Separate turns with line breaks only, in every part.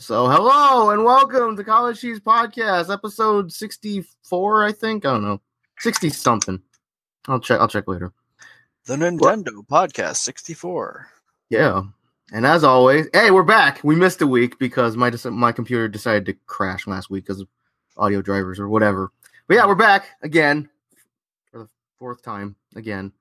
So, hello and welcome to College Cheese Podcast, episode 64, I think. I don't know. 60 something. I'll check I'll check later.
The Nintendo Podcast 64.
Yeah. And as always, hey, we're back. We missed a week because my dis- my computer decided to crash last week cuz of audio drivers or whatever. But yeah, we're back again for the fourth time again.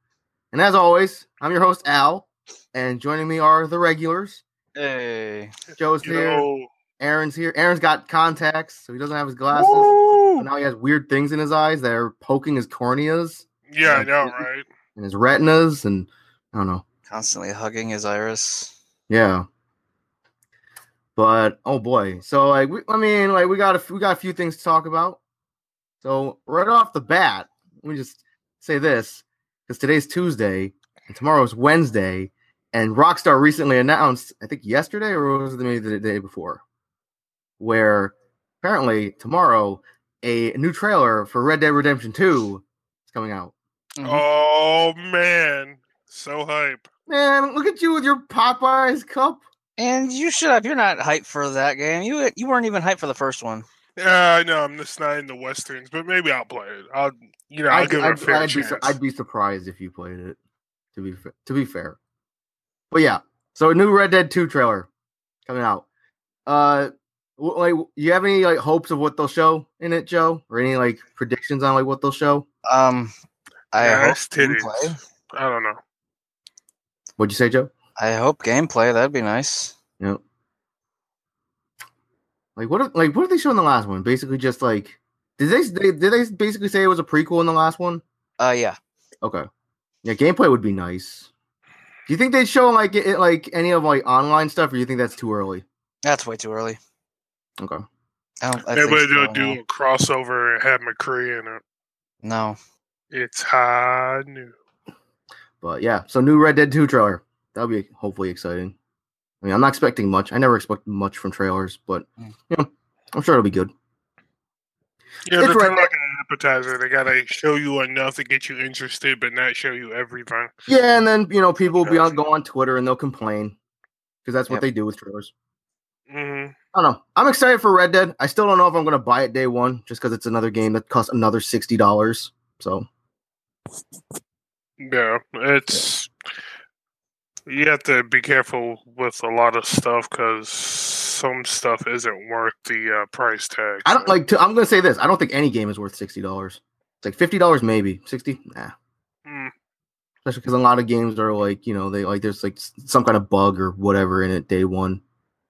And as always, I'm your host Al, and joining me are the regulars.
Hey.
Joe's here,
Yo,
Aaron's here. Aaron's got contacts, so he doesn't have his glasses.
Woo!
But now he has weird things in his eyes that are poking his corneas
yeah, I
Yeah.
know, right?
and his retinas, and I don't know.
Constantly hugging his iris.
Yeah. But oh boy, so like we, I mean, like we got a f- we got a few things to talk about. So right off the bat, let me just say this because today's Tuesday and tomorrow's Wednesday, and Rockstar recently announced, I think yesterday or was it maybe the day before, where apparently tomorrow a new trailer for Red Dead Redemption Two is coming out.
Mm-hmm.
Oh man, so hype.
Man, look at you with your Popeyes cup.
And you should have. You're not hyped for that game. You you weren't even hyped for the first one.
Yeah, I know I'm just not into westerns, but maybe I'll play it. I'll, you know, I'll give it a fair
be,
chance.
sur- I'd be surprised if you played it. To be fa- to be fair, but yeah. So a new Red Dead Two trailer coming out. Uh, w- like, w- you have any like hopes of what they'll show in it, Joe, or any like predictions on like what they'll show?
Um, I hope
Nice
gameplay.
titties. I don't know.
What'd you say, Joe?
I hope gameplay. That'd be nice.
No. Like what? if- Like what did they show in the last one? Basically, just like did they, they did they basically say it was a prequel in the last one?
Uh, yeah.
Okay. Yeah, gameplay would be nice. Do you think they'd show like it, like any of like online stuff, or you think that's too early?
That's way too early.
Okay.
I don't. I think
Maybe
so,
they'll do a crossover and have McCree in it.
No.
It's high new.
But yeah, so new Red Dead 2 trailer. That'll be hopefully exciting. I mean, I'm not expecting much. I never expect much from trailers, but
Mm.
you know, I'm sure it'll be good.
Yeah,
It's
they're
right
kinda like an appetizer. They gotta show you enough to get you interested, but not show you everything.
Yeah, and then you know, people will be on go on Twitter and they'll complain because that's what
Yep.
they do with trailers.
hmm
I don't know. I'm excited for Red Dead. I still don't know if I'm going to buy it day one just because it's another game that costs another sixty dollars. So
Yeah, it's you have to be careful with a lot of stuff because some stuff isn't worth the uh, price tag.
I don't
so-
like. To, I'm going to say this. I don't think any game is worth sixty dollars. It's like fifty dollars, maybe sixty. Nah,
Mm,
especially because a lot of games are like you know they like there's like s- some kind of bug or whatever in it day one.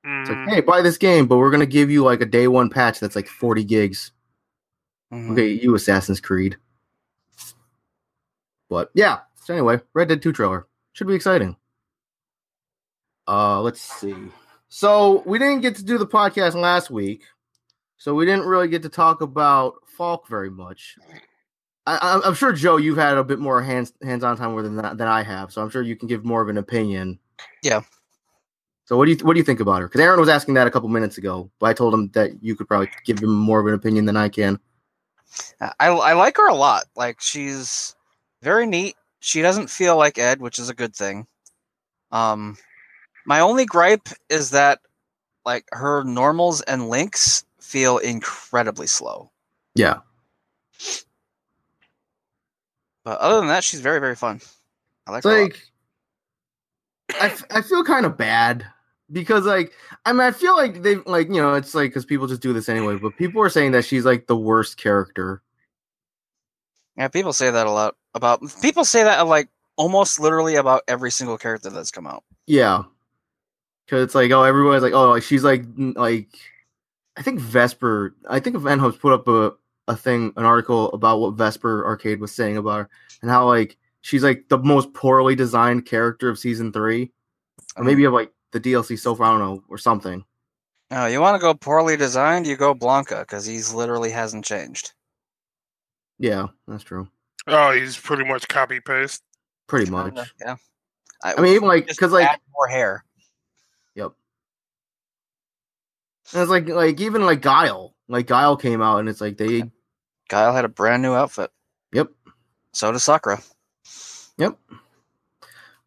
It's
mm.
like, hey, buy this game, but we're gonna give you like a day one patch that's like 40 gigs.
Mm-hmm.
Mhm.
Okay, you Assassin's Creed. But yeah. So anyway, Red Dead 2 trailer. Should be exciting. Uh let's see. So we didn't get to do the podcast last week. So we didn't really get to talk about Falk very much. I, I'm- I'm sure Joe, you've had a bit more hands hands-on time with it than than I have, so I'm sure you can give more of an opinion.
Yeah.
So what do you what do you think about her? Because Aaron was asking that a couple minutes ago, but I told him that you could probably give him more of an opinion than I can.
I I like her a lot. Like she's very neat. She doesn't feel like Ed, which is a good thing. Um, my only gripe is that like her normals and links feel incredibly slow.
Yeah.
But other than that, she's very very fun. I like
It's
her. a lot.
like I, f- I feel kind of bad because like I mean I feel like they like you know it's like because people just do this anyway, but people are saying that she's like the worst character.
Yeah, people say that a lot about people say that like almost literally about every single character that's come out.
Yeah, because it's like oh everyone's like oh like she's like n- like I think Vesper I think Venhope's put up a a thing an article about what Vesper Arcade was saying about her and how like she's like the most poorly designed character of season three or maybe of like the DLC so far I don't know or something.
No, Oh, you want to go poorly designed, you go Blanca because he's literally hasn't changed.
Yeah, that's true.
Oh, he's pretty much copy paste.
Pretty much.
Yeah.
I mean, even like,
just
because like,
add more hair.
and it's like, like even like Guile, like Guile came out, and it's like they,
Kyle had a brand new outfit.
yep,
So does Sakura.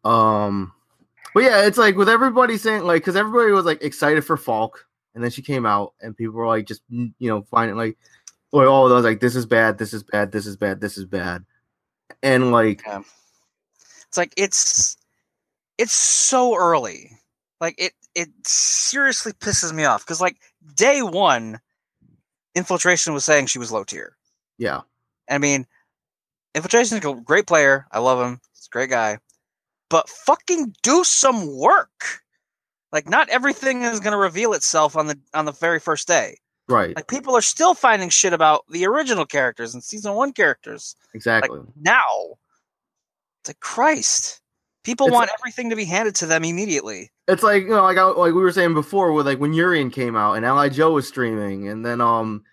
um, but yeah, it's like with everybody saying like, because everybody was like excited for Falk, and then she came out, and people were like, just you know, finding like, like all of those like, this is bad, this is bad, this is bad, this is bad, and like,
Yeah. It's like it's it's so early. Like it it seriously pisses me off because like day one, infiltration was saying she was low tier.
yeah,
I mean, Infiltration's a great player. I love him. He's a great guy. But fucking do some work. Like not everything is going to reveal itself on the on the very first day.
right,
Like people are still finding shit about the original characters and season 1 characters
exactly.
now. It's like Christ. People
It's-
want everything to be handed to them immediately.
it's like you know, like I, like we were saying before, with like when Urian came out and Ally Joe was streaming, and then um,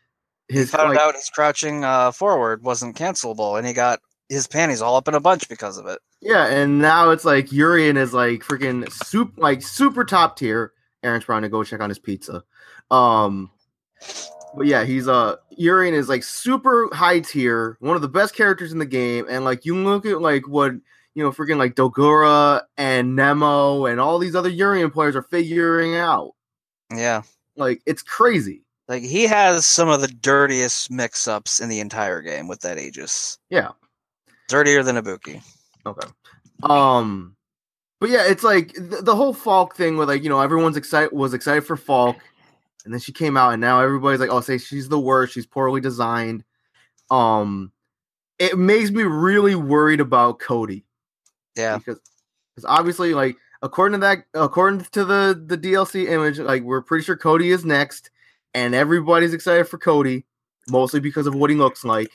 He
his
found
like,
out his crouching uh, forward wasn't cancelable, and he got his panties all up in a bunch because of it.
yeah, and now it's like Urian is like freaking soup, like super top tier. Aaron's trying to go check on his pizza, um, but yeah, he's uh Urian is like super high tier, one of the best characters in the game, and like you look at like what you know, freaking like Dogura and Nemo and all these other Urian players are figuring out.
Yeah.
Like it's crazy.
Like he has some of the dirtiest mix-ups in the entire game with that Aegis.
Yeah.
Dirtier than Ibuki.
Um, but yeah, it's like the, the whole Falk thing with like you know everyone's excited was excited for Falk, and then she came out, and now everybody's like, "Oh, say she's the worst. She's poorly designed." Um, it makes me really worried about Cody
Yeah.
because because obviously like according to that according to the the DLC image, like we're pretty sure Cody is next, and everybody's excited for Cody mostly because of what he looks like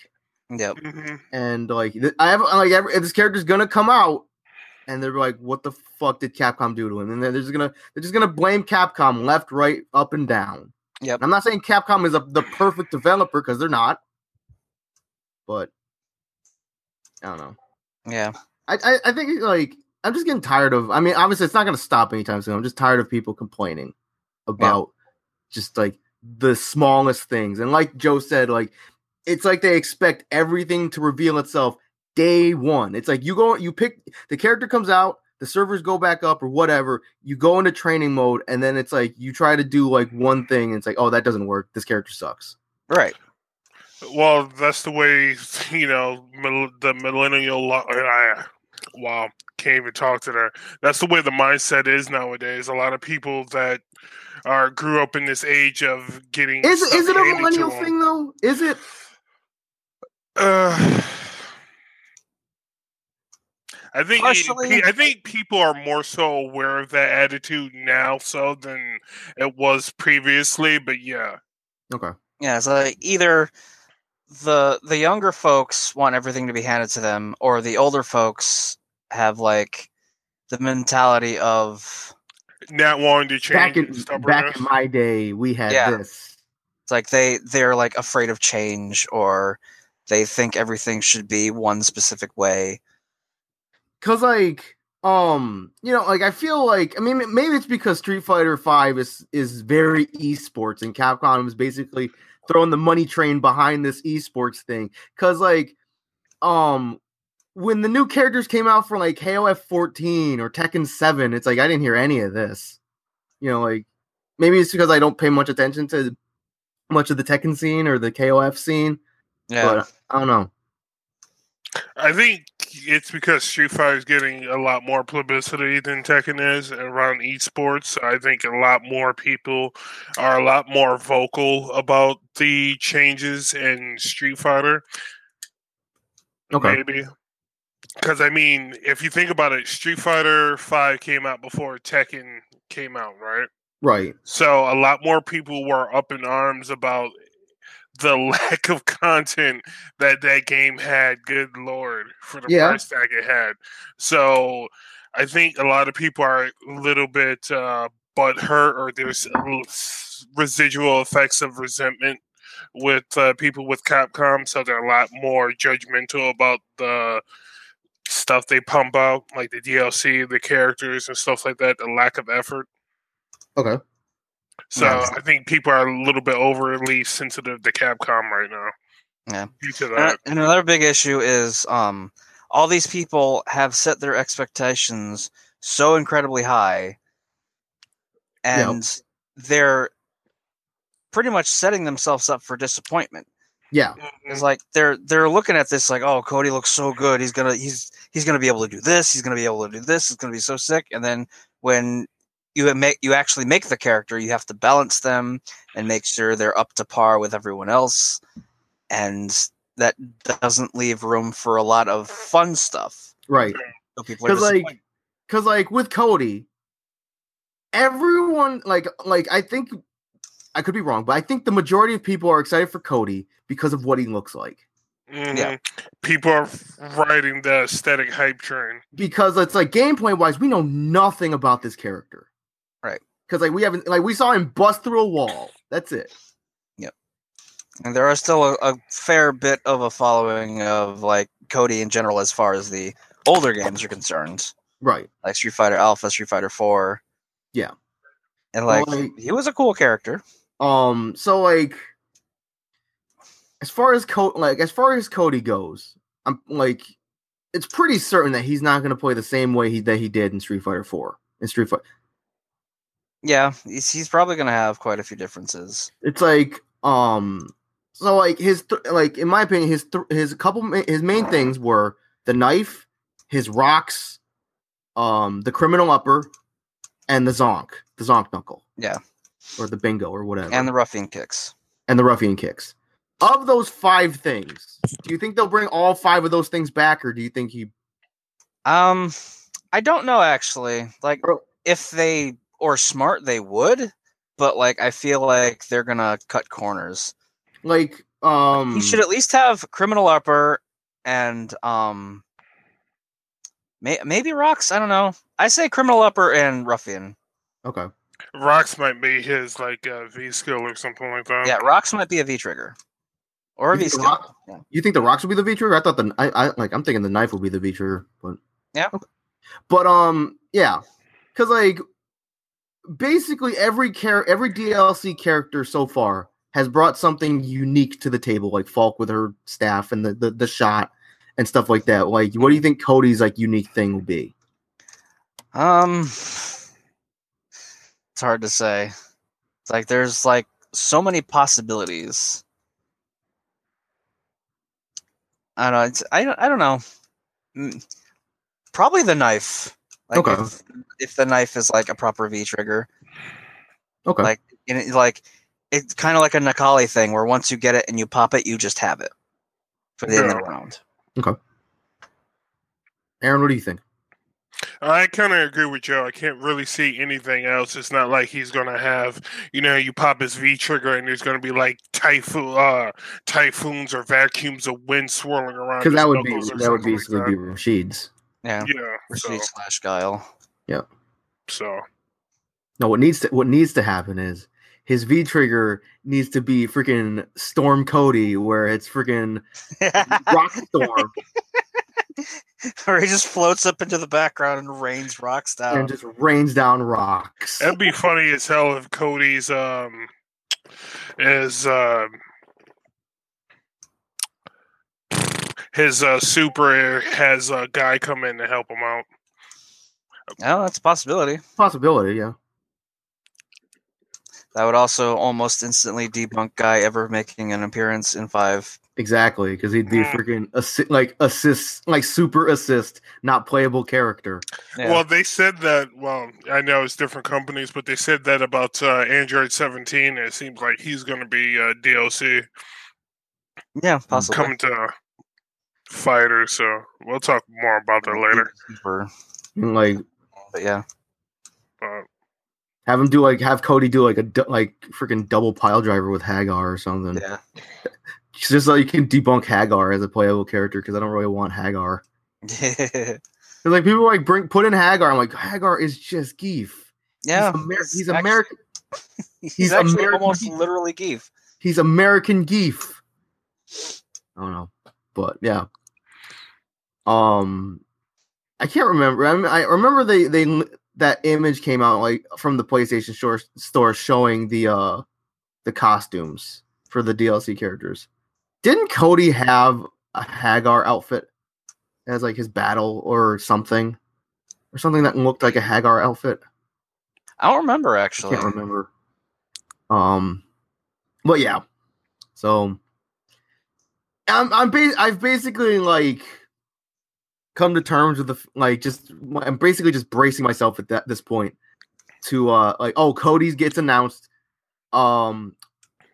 Yep.
hmm
and like th- I have like every, this character's gonna come out, and they're like, "What the fuck did Capcom do to him?" And then they're just gonna they're just gonna blame Capcom left, right, up, and down.
Yep.
And I'm not saying Capcom is a, the perfect developer because they're not, but I don't know.
Yeah.
I, I I think like I'm just getting tired of. I mean, obviously it's not gonna stop anytime soon. I'm just tired of people complaining about just like the smallest things. And like Joe said, like it's like they expect everything to reveal itself day one. It's like you go, you pick the character comes out, the servers go back up or whatever. You go into training mode, and then it's like you try to do like one thing, and it's like, oh, that doesn't work. This character sucks.
Right.
Well, that's the way you know mil- the millennial. Lo- uh, wow, can't even talk to that. That's the way the mindset is nowadays. A lot of people that are grew up in this age of getting
Is is
stuff
it a
handed to
millennial
'em.
thing though? Is it?
Uh, I think it-
Partially.
pe- I think people are more so aware of that attitude now so than it was previously. But yeah,
Okay.
Yeah. So like, either the the younger folks want everything to be handed to them, or the older folks have like the mentality of
not wanting to change
Back in
and
back
stubbornness.
in my day, we had
Yeah.
this.
it's like they they're like afraid of change or they think everything should be one specific way.
because like um you know like i feel like i mean maybe it's because street fighter 5 is is very esports and capcom is basically throwing the money train behind this esports thing because like um when the new characters came out for like kof 14 or tekken 7 it's like i didn't hear any of this you know like maybe it's because i don't pay much attention to much of the tekken scene or the kof scene
Yeah.
but i don't know
I think it's because Street Fighter is getting a lot more publicity than Tekken is around esports. I think a lot more people are a lot more vocal about the changes in Street Fighter.
okay
Maybe. Because, I mean, if you think about it, Street Fighter 5 came out before Tekken came out, right?
right
So a lot more people were up in arms about the lack of content that that game had. Good lord, for the
Yeah.
price tag it had. So I think a lot of people are a little bit uh, butthurt, or there's a little s- residual effects of resentment with uh, people with Capcom. So they're a lot more judgmental about the stuff they pump out, like the DLC, the characters, and stuff like that. The lack of effort.
okay
So
Yeah.
I think people are a little bit overly sensitive to Capcom right now.
Yeah.
Due to
And-
that.
and another big issue is um, all these people have set their expectations so incredibly high, and they're pretty much setting themselves up for disappointment.
Yeah.
It's like they're they're looking at this like, oh, Cody looks so good. He's gonna he's he's gonna be able to do this. He's gonna be able to do this. It's gonna be so sick. And then when you make you actually make the character, you have to balance them and make sure they're up to par with everyone else, and that doesn't leave room for a lot of fun stuff.
Right.
So people are
Because like,
disappointed.
because like with Cody, everyone like like I think I could be wrong, but I think the majority of people are excited for Cody because of what he looks like.
Yeah.
Mhm. People are riding the aesthetic hype train.
Because it's like gameplay wise, we know nothing about this character.
Right.
Because like we haven't like we saw him bust through a wall. That's it.
and there are still a, a fair bit of a following of like Cody in general as far as the older games are concerned,
Right.
like Street Fighter Alpha, Street Fighter Four.
Yeah.
and like
Well, I-
he was a cool character.
Um so like as far as Co- like as far as Cody goes, I'm like it's pretty certain that he's not gonna play the same way he that he did in Street Fighter 4. In Street Fighter
Yeah, he's, he's probably gonna have quite a few differences.
it's like um so like his th- like in my opinion his th- his couple ma- his main things were the knife his rocks um the criminal upper and the zonk the zonk knuckle
Yeah.
or the bingo or whatever
and the ruffian kicks.
and the ruffian kicks of those five things do you think they'll bring all five of those things back or do you think he
Um, I don't know actually. Like
Bro.
if they or smart, they would, but like I feel like they're gonna cut corners.
like um
You should at least have criminal upper and um, may- maybe rocks. I don't know. I say criminal upper and ruffian.
okay
Rocks might be his like uh, V skill or something like that.
Yeah, rocks might be a V trigger or a
You
V
think
skill.
Rock-
Yeah.
You think the rocks will be the V trigger? I thought the I, I like I'm thinking the knife will be the V trigger, but
Yeah.
Okay. But um, yeah, because like basically every care every DLC character so far has brought something unique to the table, like Falk with her staff and the the, the shot and stuff like that. Like, what do
Mm-hmm.
you think Cody's like unique thing will be?
Um, it's hard to say. It's like there's like so many possibilities. I don't. It's, I don't. I don't know. Mm, Probably the knife. Like
Okay.
If, if the knife is like a proper V trigger,
Okay,
Like- and it, like it's kind of like a Nakali thing, where once you get it and you pop it, you just have it for the end of the round.
Aaron, what do you think?
I kind of agree with Joe. I can't really see anything else. It's not like he's gonna have, you know, you pop his V trigger and there's gonna be like typhoon, uh, typhoons or vacuums of wind swirling
uh,
around.
Because
his
that would be
knuckles or
that would
something
basically be
like
Rashid's.
Yeah.
that. yeah. So,
Rashid slash Guile.
so
No, what needs to what needs to happen is his V trigger needs to be freaking Storm Cody, where it's freaking Rock Storm
Where he just floats up into the background and rains rocks down.
and just rains down rocks.
that'd be funny as hell if Cody's um is um his uh, super has a guy come in to help him out.
Oh, that's a possibility.
Possibility, yeah.
That would also almost instantly debunk Guy ever making an appearance in five.
Exactly, because he'd be
Mm.
freaking assi- like assist, like super assist, not playable character.
Yeah.
Well, they said that. Well, I know it's different companies, but they said that about uh, Android 17. And it seems like he's going to be uh, DLC
yeah, possibly.
coming to Fighter. So we'll talk more about that later.
Super.
And, like
But yeah,
But
have him do like have Cody do like a du- like freaking double pile driver with Hagar or something.
yeah.
Just so you can debunk Hagar as a playable character, because I don't really want Hagar. Because like people like bring put in Hagar. I'm like Hagar is just Geef.
yeah.
he's, Amer- he's
actu-
American.
He's,
he's
actually
American.
almost literally Geef.
He's American Geef. I don't know, but yeah. Um, I can't remember. I, mean, I remember they they that image came out like from the PlayStation store store showing the uh the costumes for the DLC characters. Didn't Cody have a Hagar outfit as like his battle or something, or something that looked like a Hagar outfit?
I don't remember
I
actually.
can't remember. Um, But yeah, so I'm I'm ba- I've basically like come to terms with the f- like just I'm basically just bracing myself at that this point to uh like oh Cody's gets announced. Um,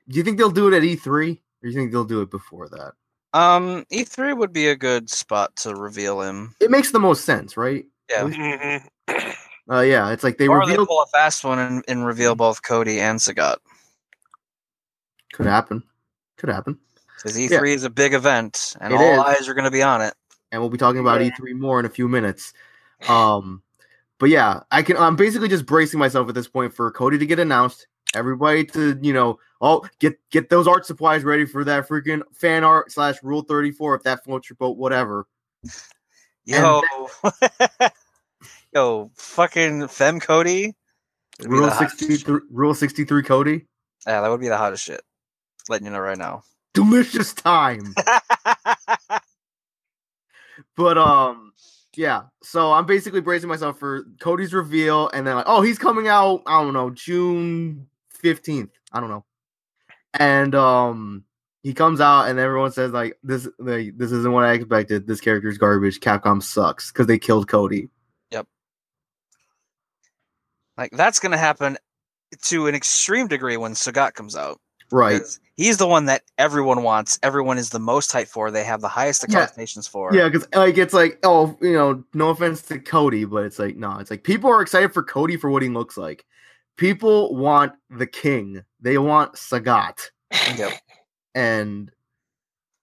do you think they'll do it at E3 or do you think they'll do it before that?
Um, E3 would be a good spot to reveal him.
It makes the most sense, right?
Yeah.
Mhm.
Uh, yeah, it's like they
or they
revealed
pull a fast one and, and reveal both Cody and Sagat.
could happen, could happen,
Because E3 E is a big event, and
It
all
is.
eyes are going to be on it.
and we'll be talking about E3 more in a few minutes. Um, but yeah, I can. I'm basically just bracing myself at this point for Cody to get announced. Everybody to you know, oh, get get those art supplies ready for that freaking fan art slash Rule 34 if that floats your boat, whatever.
Yo, yo, fucking Fem Cody. would be
Rule
the hot-
63, Rule 63, Cody.
Yeah, that would be the hottest shit. Letting you know right now.
Delicious time. But um, yeah. So I'm basically bracing myself for Cody's reveal, and then like, oh, he's coming out. I don't know, June fifteenth. I don't know. And um, he comes out, and everyone says like, this like, this isn't what I expected. This character's garbage. Capcom sucks because they killed Cody.
like that's going to happen to an extreme degree when Sagat comes out.
Right.
'Cause He's the one that everyone wants. Everyone is the most hyped for. They have the highest
Yeah.
expectations for.
Yeah, because like it's like oh you know no offense to Cody, but it's like no, it's like people are excited for Cody for what he looks like. People want the king. They want Sagat.
Yep.
and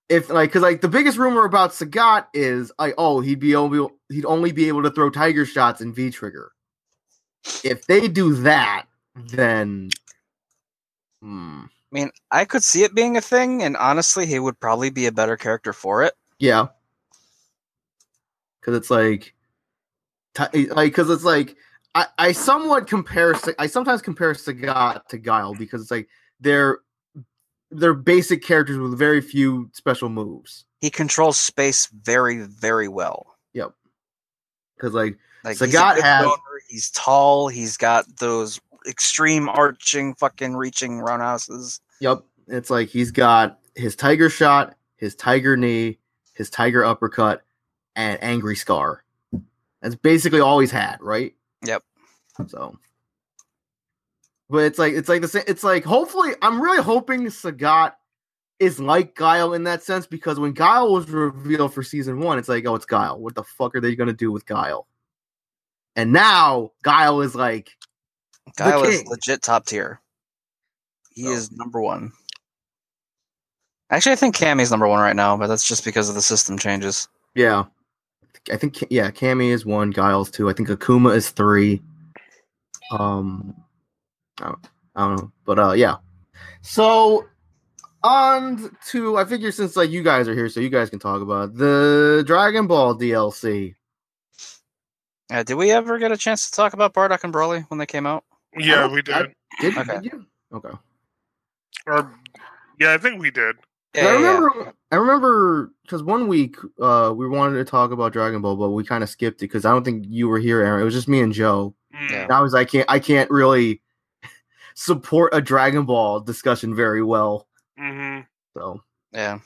if like because like the biggest rumor about Sagat is like oh he'd be able he'd only be able to throw tiger shots in V trigger. If they do that, then hmm,
I mean, I could see it being a thing, and honestly, he would probably be a better character for it.
yeah, because it's like ti- like because it's like I I somewhat compare Sa- I sometimes compare Sagat to Guile because it's like they're they're basic characters with very few special moves
He controls space very, very well.
because like
Like
Sagat
good
has-
thrower, he's tall. He's got those extreme arching, fucking reaching roundhouses.
Yep. It's like he's got his tiger shot, his tiger knee, his tiger uppercut, and angry scar. That's basically all he's had, right?
Yep.
So but it's like it's like the same it's like hopefully I'm really hoping Sagat is like Guile in that sense because when Guile was revealed for season one, it's like, oh it's Guile. What the fuck are they gonna do with Guile? And now Guile is like
Guile is
king.
legit top tier. He
So.
is number one. Actually, I think Cammy's number one right now, but that's just because of the system changes.
Yeah. I think yeah, Cammy is one, Giles two. I think Akuma is three. Um I don't, I don't know. But uh yeah. So on to I figure since like you guys are here, so you guys can talk about it, the Dragon Ball DLC.
Uh, did we ever get a chance to talk about Bardock and Broly when they came out?
Yeah, we did.
Did,
Okay.
did you? Okay. 'Cause
Or yeah, I think we did.
I remember I remember because one week uh we wanted to talk about Dragon Ball, but we kind of skipped it because I don't think you were here, Aaron. It was just me and Joe.
Mm.
Yeah.
And I was I can't I can't really support a Dragon Ball discussion very well.
Mhm.
So
Yeah.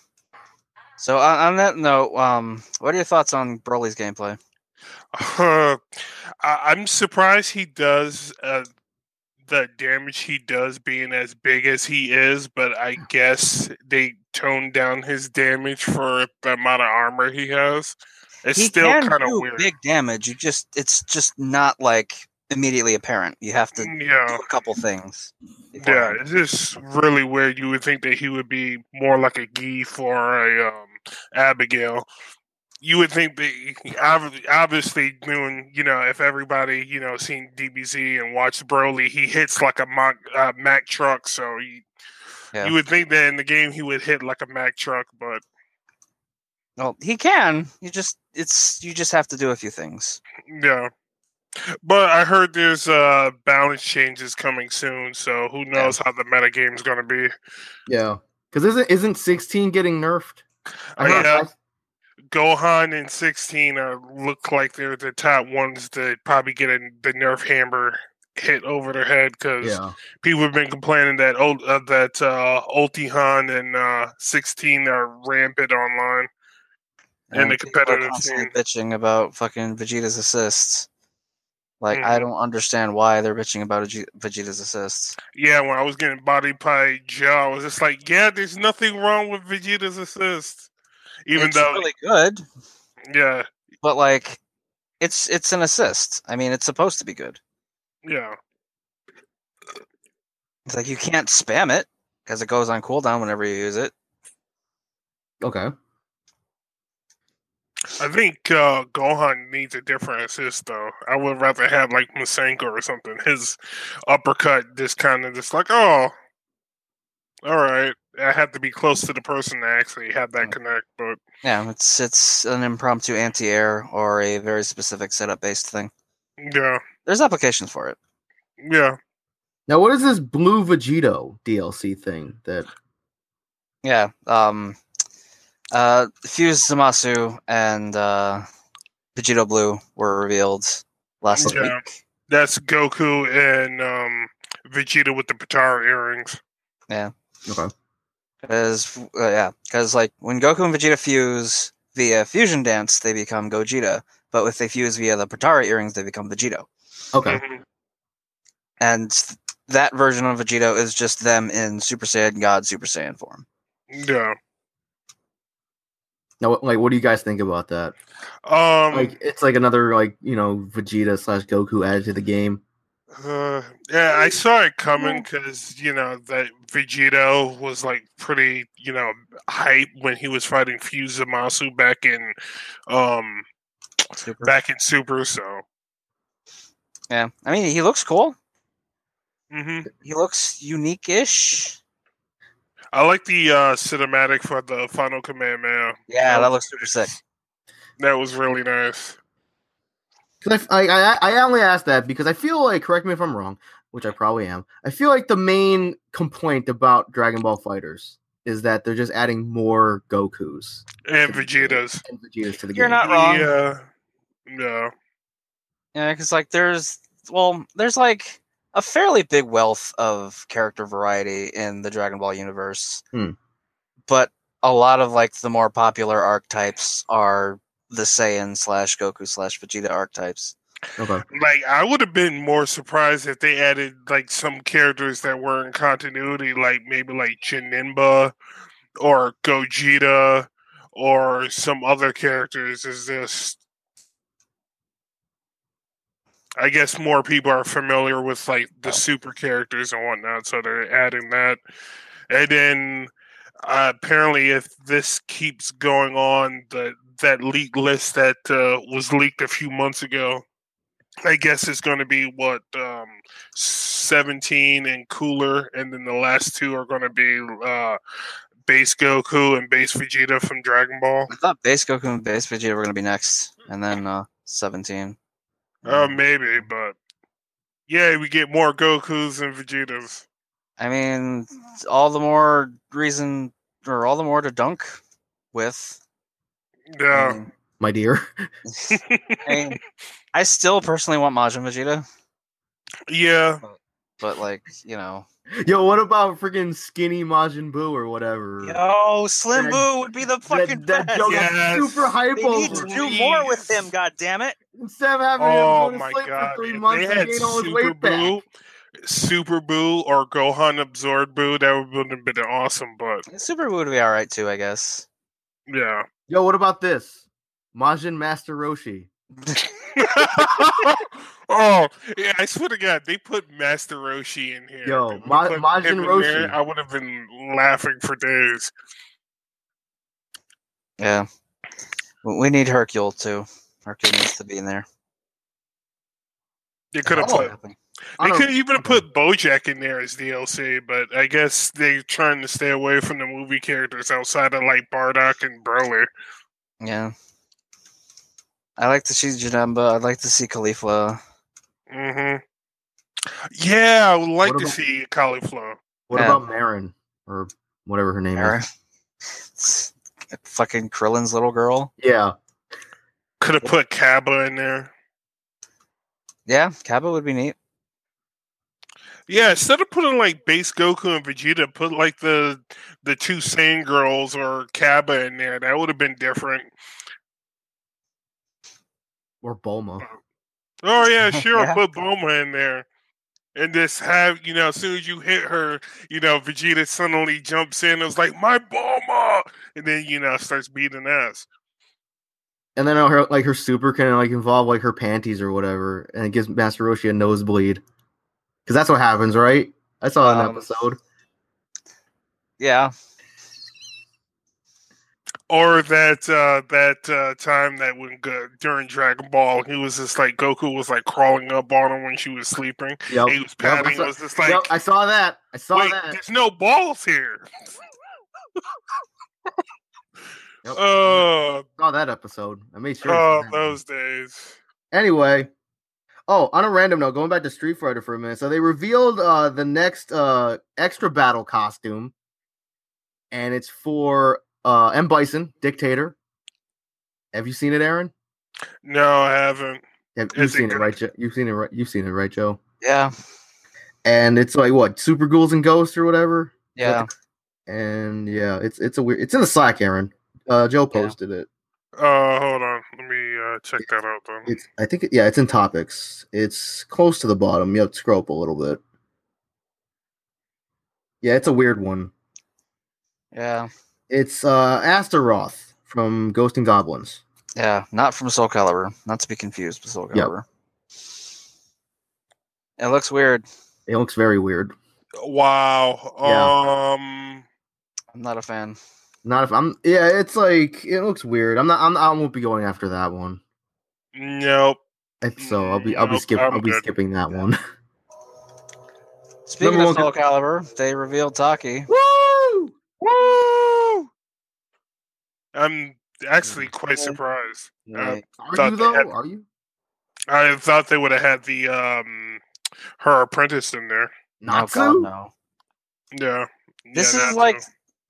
So on, on that note, um, what are your thoughts on Broly's gameplay?
Uh, I- I'm surprised he does uh, the damage he does being as big as he is, but I
Mm.
guess they toned down his damage for the amount of armor he has. It's
he
still
can
kind of
do
weird.
big damage. You just it's just not like immediately apparent. You have to do
Mm, yeah.
a couple things.
Yeah,
beforehand.
it's just really weird. You would think that he would be more like a Geef or a um, Abigail. You would think that he- ob- obviously doing, you know, if everybody you know seen DBZ and watched Broly, he hits like a Mac, uh, Mack truck. So you,
Yeah.
you would think that in the game he would hit like a Mack truck, but
Well, he can. You just it's you just have to do a few things.
yeah. But I heard there's uh balance changes coming soon, so who knows how the meta game's gonna be.
yeah, because isn't isn't sixteen getting nerfed? I heard,
Yeah. Gohan and 16 are, look like they're the top ones that probably get a, the nerf hammer hit over their head because
Yeah.
people have been complaining that old uh, that uh, Ultihan and uh, 16 are rampant online. And the
people are
competitive
constantly bitching about fucking Vegeta's assists. Like I
Mhm.
don't understand why they're bitching about Vege- Vegeta's assists.
Yeah, when I was getting bodied by Joe, I was just like, yeah, there's nothing wrong with Vegeta's assist, even
it's
though
really good,
yeah,
but like it's it's an assist. I mean, it's supposed to be good.
yeah,
It's like you can't spam it because it goes on cooldown whenever you use it.
Okay.
I think uh, Gohan needs a different assist though. I would rather have like Masenko or something. His uppercut just kind of just like, oh, all right. I have to be close to the person to actually have that
Mm.
connect. But
Yeah, it's it's an impromptu anti-air or a very specific setup-based thing.
yeah,
There's applications for it.
yeah,
Now, what is this Blue Vegito DLC thing that?
Yeah. Um. Uh, Fuse Zamasu and uh, Vegito Blue were revealed last
Yeah.
week.
that's Goku and um, Vegeta with the Patara earrings.
Okay.
Because uh, yeah, because like when Goku and Vegeta fuse via fusion dance, they become Gogeta. But if they fuse via the Patara earrings, they become Vegito.
Okay.
Mhm.
And s- that version of Vegito is just them in Super Saiyan God Super Saiyan form.
Mm-hmm. Yeah.
Now, what- like, what do you guys think about that?
Um,
Like, it's like another like you know Vegeta slash Goku added to the game.
Uh, yeah, I saw it coming because you know that Vegito was like pretty, you know, hype when he was fighting Fusamasu back in, um,
Super.
back in Super. So,
Yeah, I mean he looks cool.
hmm
He looks unique-ish.
I like the uh, cinematic for the Final Command. Man,
Yeah, that looks super sick.
that was really nice.
Because I, I, I only asked that because I feel like, correct me if I'm wrong, which I probably am. I feel like the main complaint about Dragon Ball Fighters is that they're just adding more Gokus
And Vegeta's,
and Vegetas to the
You're
game.
Not wrong.
yeah, yeah,
Yeah, because like there's well, there's like a fairly big wealth of character variety in the Dragon Ball universe,
Hmm.
but a lot of like the more popular archetypes are the Saiyan slash Goku slash Vegeta archetypes.
okay.
like I would have been more surprised if they added like some characters that were in continuity, like maybe like Janinba or Gogeta or some other characters. Is just I guess more people are familiar with like the super characters and whatnot, so they're adding that. And then uh, apparently, if this keeps going on, the that leaked list that uh, was leaked a few months ago I guess it's going to be what um, seventeen and cooler, and then the last two are going to be uh, base Goku and base Vegeta from Dragon Ball.
I thought base Goku and base Vegeta were gonna be next, and then uh, seventeen.
Uh,
Mm.
maybe, but yeah, we get more Gokus and Vegetas.
I mean, all the more reason or all the more to dunk with.
Yeah,
Mm-hmm.
Um,
My dear.
I, mean, I still personally want Majin Vegeta,
yeah.
but like you know,
Yo, what about freaking skinny Majin Buu or whatever?
Yo, Slim
That-
Boo would be the fucking
that, that
best.
joke
Yeah.
got super
Yes.
hype
They need
over.
to do more with him. God damn it!
Instead of having
Oh
him go
my
to sleep
god!
for three
if
months
they
and
had
gain all his
Super
weight back.
Boo, Super Boo, or Gohan Absorb Boo, that would have been awesome. But
Super Boo would be all right too, I guess.
yeah.
Yo, what about this? Majin Master Roshi.
oh, yeah, I swear to God, they put Master Roshi in here.
Yo,
If they
Ma-
put
Majin
him in
Roshi.
I would have been laughing for days.
Yeah, we we need Hercule too. Hercule needs to be in there.
They could have
Oh,
put.
I
They
don't-
could even have
okay.
put BoJack in there as DLC, but I guess they're trying to stay away from the movie characters outside of like Bardock and Broly.
Yeah, I like to see Janemba. I'd like to see Khalifa.
hmm Yeah, I would like
What
to
about-
see Cauliflower.
What
Yeah.
about Marin or whatever her name
Mara.
is?
Fucking Krillin's little girl.
Yeah.
Could have put Kaba in there.
Yeah, Kappa would be neat.
Yeah, instead of putting like base Goku and Vegeta, put like the the two Sand Girls or Kaba in there. That would have been different.
Or Bulma.
Oh yeah, sure.
Yeah.
Put Bulma in there, and just have you know, as soon as you hit her, you know, Vegeta suddenly jumps in. and was like my Bulma, and then you know starts beating ass.
And then her like her super can like involve like her panties or whatever, and it gives Master Roshi a nosebleed. Because that's what happens, right? I saw an
Um,
episode.
Yeah.
Or that uh, that uh, time that when Go- during Dragon Ball, he was just like Goku was like crawling up on her when she was sleeping.
Yep.
He was
Yep, I
patting.
saw-
was just like,
yep, I saw that. I saw
wait,
that.
there's no balls here.
Yep.
Oh,
saw that episode. I made sure. I saw
oh,
that one.
those days.
Anyway, oh, on a random note, going back to Street Fighter for a minute. So they revealed uh the next uh extra battle costume, and it's for uh M Bison Dictator. Have you seen it, Aaron?
No, I haven't.
Have, you've
Is it
seen it,
good?
right? Jo- you've seen it, right? You've seen it, right, Joe?
Yeah.
And it's like what Super Ghouls and Ghosts or whatever. Is
Yeah.
that the- and yeah, it's it's a weird. It's in the Slack, Aaron. Uh, Joe
Yeah.
posted it.
Uh, hold on. Let me uh, check that out then.
It's I think it- yeah, it's in topics. It's close to the bottom. You have to scroll up a little bit. Yeah, it's a weird one.
Yeah.
It's uh Astaroth from Ghost and Goblins.
Yeah. Not from Soul Calibur. Not to be confused with Soul
Yep.
Calibur. It looks weird.
It looks very weird.
Wow.
Yeah.
Um.
I'm not a fan.
Not if I'm yeah, it's like it looks weird. I'm not I'm I won't be going after that one.
Nope.
And so I'll be I'll be
Nope,
skip
I'm
I'll be
good.
skipping that one.
Speaking
Number
of Soul
one-
Calibur, they revealed Taki.
Woo!
Woo! I'm actually
Mm-hmm.
quite
Okay.
surprised.
Right.
Are
Thought
you
they had-
though? Are you?
I thought they would have had the um her apprentice in there.
No,
Not
oh, God, no.
Yeah.
This
Yeah,
is
Natsu.
like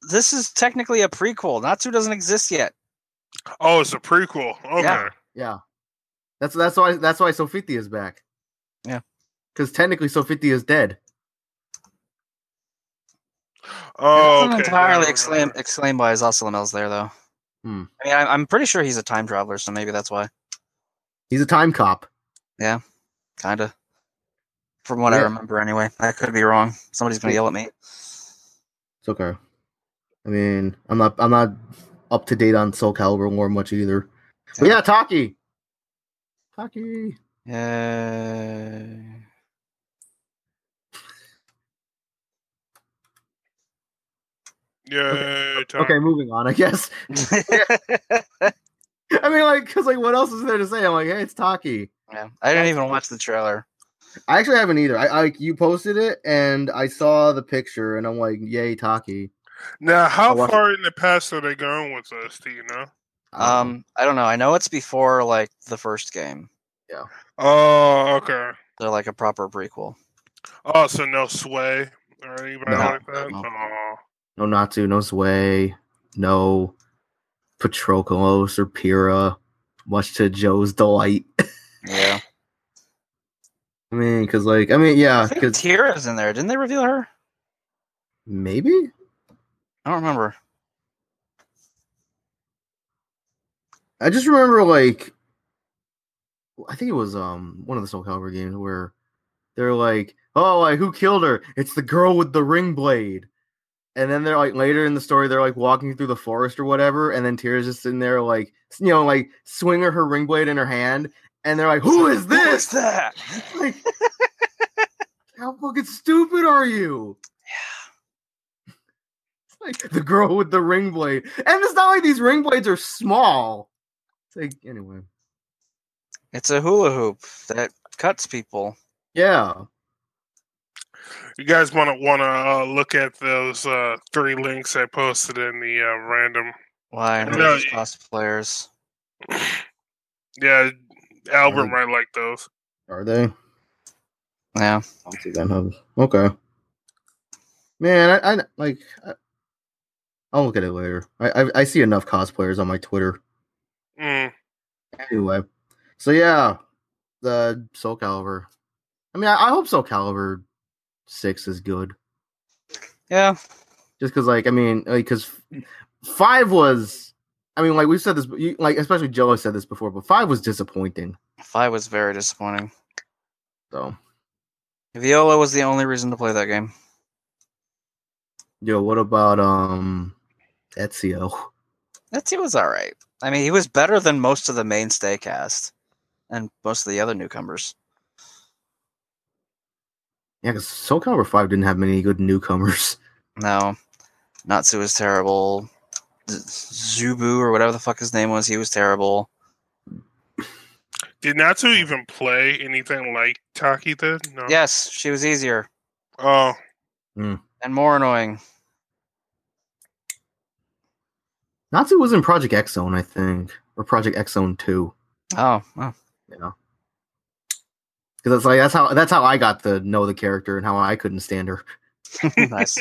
this is technically a prequel. Natsu doesn't exist yet.
oh, it's a prequel. Okay.
Yeah.
Yeah. That's that's why that's why Sophiti is back.
Yeah.
Cuz technically Sophiti is dead.
Oh,
Not
okay.
entirely
Yeah,
exclaim, exclaimed by Zosalamel's there though.
Hmm.
I mean, I, I'm pretty sure he's a time traveler, so maybe that's why.
He's a time cop.
Kinda, from what I
Yeah.
remember, anyway. I could be wrong. Somebody's gonna yell at me.
It's okay. I mean, I'm not I'm not up to date on Soul Calibur War much either. But yeah, Taki. Taki.
Uh,
Yeah.
Okay, moving on, I guess. I mean, like, cause like, what else is there to say? I'm like, hey, it's Taki.
yeah, I didn't even watch the trailer.
I actually haven't either. I like you posted it, and I saw the picture, and I'm like, yay, Taki.
Now,
I
how
watched-
far in the past are they going with us? Do you know?
I don't know.
Um, I don't know. I know it's before like the first game.
Oh, okay.
They're like a proper prequel.
Oh, so no sway or anybody
No.
like that.
No.
Oh.
no Natsu, no Sway, no Patroclus or Pyrrha, much to Joe's delight.
Yeah,
I mean, because like, I mean,
I
yeah,
think
because
Tira's in there. Didn't they reveal her?
maybe
I don't remember.
I just remember like I think it was um one of the Soul Calibur games where they're like, "Oh, like who killed her? It's the girl with the ring blade." And then they're like later in the story, they're like walking through the forest or whatever, and then Tira's just sitting there like s- you know like swinging her ring blade in her hand, and they're like, "Who is
Who
this?"
is that?
Like, how fucking stupid are you? It's like the girl with the ring blade, and it's not like these ring blades are small. It's like anyway.
It's a hula hoop that cuts people.
Yeah.
You guys want to want to uh, look at those uh, three links I posted in the uh, random?
Why
I know,
versus
you-
cosplayers?
Yeah, Albert
Alright.
might like those.
Are they?
Yeah,
I'll see that hub. Okay. Man, I, I like. I, I'll look at it later. I, I I see enough cosplayers on my Twitter
Mm.
anyway. So yeah, the Soul Calibur. I mean, I, I hope Soul Calibur six is good.
Yeah.
Just because, like, I mean, because five was, I mean, like we've said this, you- like especially Joe has said this before, but five was disappointing.
Five was very disappointing.
So,
Viola was the only reason to play that game.
yo, what about um, Ezio?
Etsy was all right. I mean, he was better than most of the mainstay cast and most of the other newcomers.
Yeah, because SoCalibur five didn't have many good newcomers.
No, Natsu was terrible. Z- Zubu or whatever the fuck his name was, he was terrible.
Did Natsu even play anything like Taki did? No.
Yes, she was easier
Oh,
and more annoying.
Natsu was in Project X Zone, I think, or Project X Zone two.
Oh, well,
You know, because that's like that's how that's how I got to know the character and how I couldn't stand her.
nice.